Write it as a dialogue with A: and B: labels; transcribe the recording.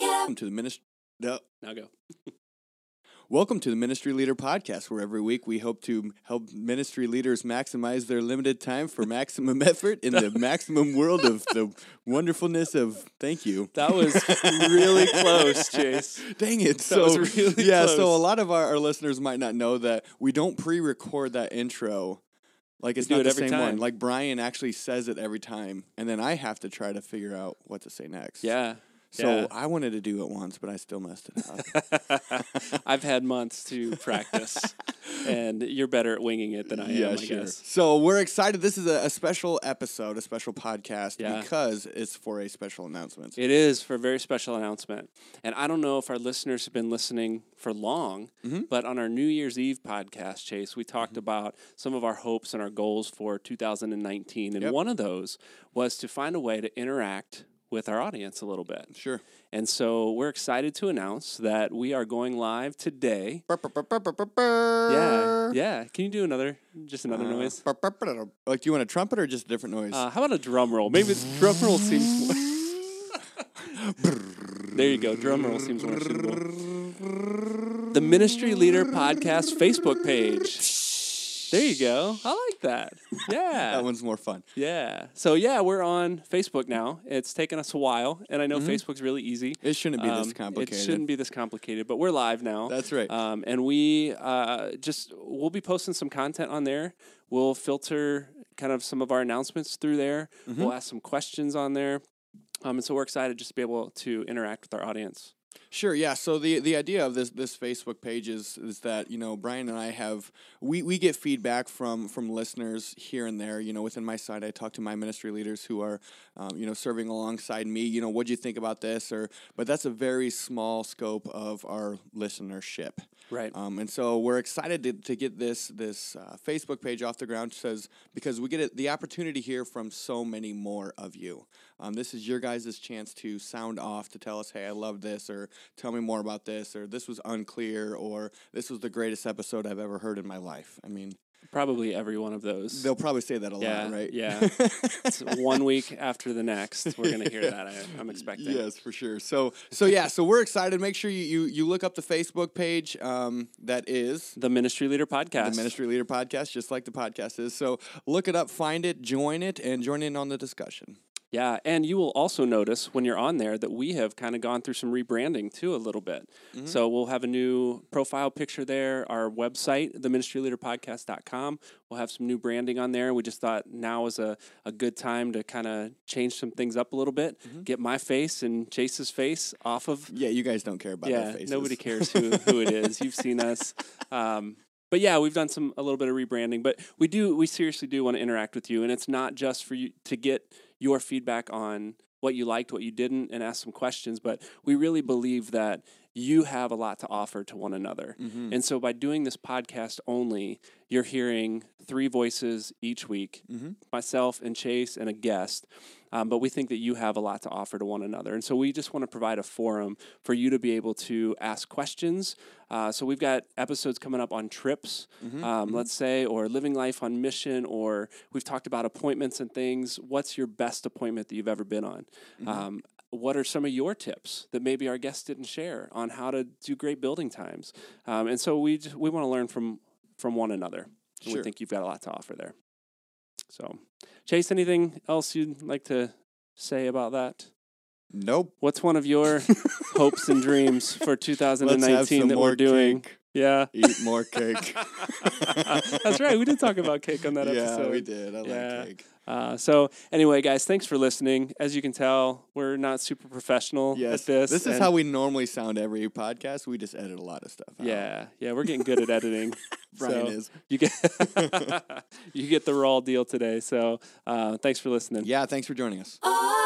A: Welcome to the ministry. No.
B: Now go.
A: Welcome to the Ministry Leader Podcast, where every week we hope to help ministry leaders maximize their limited time for maximum effort in the maximum world of the wonderfulness of thank you.
B: That was really close, Chase.
A: Dang it. so,
B: was really
A: yeah, so a
B: close.
A: lot of our, our listeners might not know that we don't pre record that intro. Like it's
B: do
A: not
B: it
A: the
B: every
A: same one.
B: time.
A: Like Brian actually says it every time, and then I have to try to figure out what to say next.
B: Yeah.
A: So
B: yeah.
A: I wanted to do it once, but I still messed it up.
B: I've had months to practice, and you're better at winging it than I am. I guess.
A: So we're excited. This is a, a special episode, a special podcast,
B: Yeah.
A: because it's for a special announcement.
B: It is for a very special announcement, and I don't know if our listeners have been listening for long,
A: Mm-hmm.
B: but on our New Year's Eve podcast, Chase, we talked about some of our hopes and our goals for 2019, and
A: Yep.
B: one of those was to find a way to interact with our audience a little bit.
A: Sure.
B: And so we're excited to announce that we are going live today. Yeah,
A: Yeah.
B: yeah. Can you do another, just another noise?
A: Like, do you want a trumpet or just a different noise?
B: Uh, how about a drum roll? Maybe the drum roll seems more. there you go. Drum roll seems more suitable. The Ministry Leader Podcast Facebook page. There you go. I like that. Yeah.
A: that one's more fun.
B: Yeah. So yeah, we're on Facebook now. It's taken us a while, and I know Facebook's really easy.
A: It shouldn't be this
B: Um,
A: complicated.
B: It shouldn't be this complicated, but we're live now.
A: That's right.
B: Um, and we uh, just we'll be posting some content on there. We'll filter kind of some of our announcements through there.
A: Mm-hmm.
B: We'll ask some questions on there. Um, and so we're excited just to be able to interact with our audience.
A: Sure. Yeah. So the the idea of this this Facebook page is is that you know Brian and I have we we get feedback from from listeners here and there. You know, within my side, I talk to my ministry leaders who are, um, you know, serving alongside me. You know, what do you think about this? Or but that's a very small scope of our listenership.
B: Right.
A: Um, and so we're excited to, to get this this uh, Facebook page off the ground. Says because we get it, the opportunity here from so many more of you. Um, this is your guys' chance to sound off to tell us, hey, I love this, or tell me more about this, or this was unclear, or this was the greatest episode I've ever heard in my life. I mean,
B: Probably every one of those.
A: they'll probably say that a
B: yeah.
A: lot, right?
B: Yeah. it's one week after the next, we're gonna hear that. I, I'm expecting.
A: Yes, for sure. So, so yeah, so we're excited. Make sure you you, you look up the Facebook page. Um, that is
B: The Ministry Leader Podcast.
A: The Ministry Leader Podcast, just like the podcast is. So look it up, find it, join it, and join in on the discussion.
B: Yeah, and you will also notice when you're on there that we have kind of gone through some rebranding too a little bit. So we'll have a new profile picture there, our website, theministryleaderpodcast.com. We'll have some new branding on there. We just thought now is a, a good time to kind of change some things up a little bit, get my face and Chase's face off of
A: Yeah, you guys don't care about
B: yeah,
A: their faces.
B: nobody cares who, who it is. You've seen us. Um, but yeah, we've done some a little bit of rebranding, but we do we seriously do want to interact with you, and it's not just for you to get your feedback on what you liked, what you didn't, and ask some questions. But we really believe that you have a lot to offer to one another,
A: Mm-hmm.
B: and so by doing this podcast only, you're hearing three voices each week, myself and Chase and a guest. Um, but we think that you have a lot to offer to one another. And so we just want to provide a forum for you to be able to ask questions. Uh, so we've got episodes coming up on trips, um, let's say, or living life on mission, or we've talked about appointments and things. What's your best appointment that you've ever been on? Um, what are some of your tips that maybe our guests didn't share on how to do great building times? Um, and so we just, we want to learn from from one another. And
A: Sure.
B: We think you've got a lot to offer there. So, Chase, anything else you'd like to say about that?
A: Nope.
B: What's one of your hopes and dreams for
A: Let's
B: 2019
A: have some
B: that
A: more
B: we're doing?
A: cake.
B: Yeah.
A: Eat more cake.
B: That's right. We did talk about cake on that
A: yeah,
B: episode.
A: we did. I
B: Yeah.
A: like cake.
B: Uh, so, anyway, guys, thanks for listening. As you can tell, we're not super professional
A: Yes,
B: at this.
A: is
B: and-
A: how we normally sound every podcast. We just edit a lot of stuff. out.
B: Yeah, yeah, we're getting good at editing.
A: Oh. Brian
B: So
A: is.
B: You get you get the raw deal today. So, uh, thanks for listening.
A: Yeah. Thanks for joining us.
C: Oh,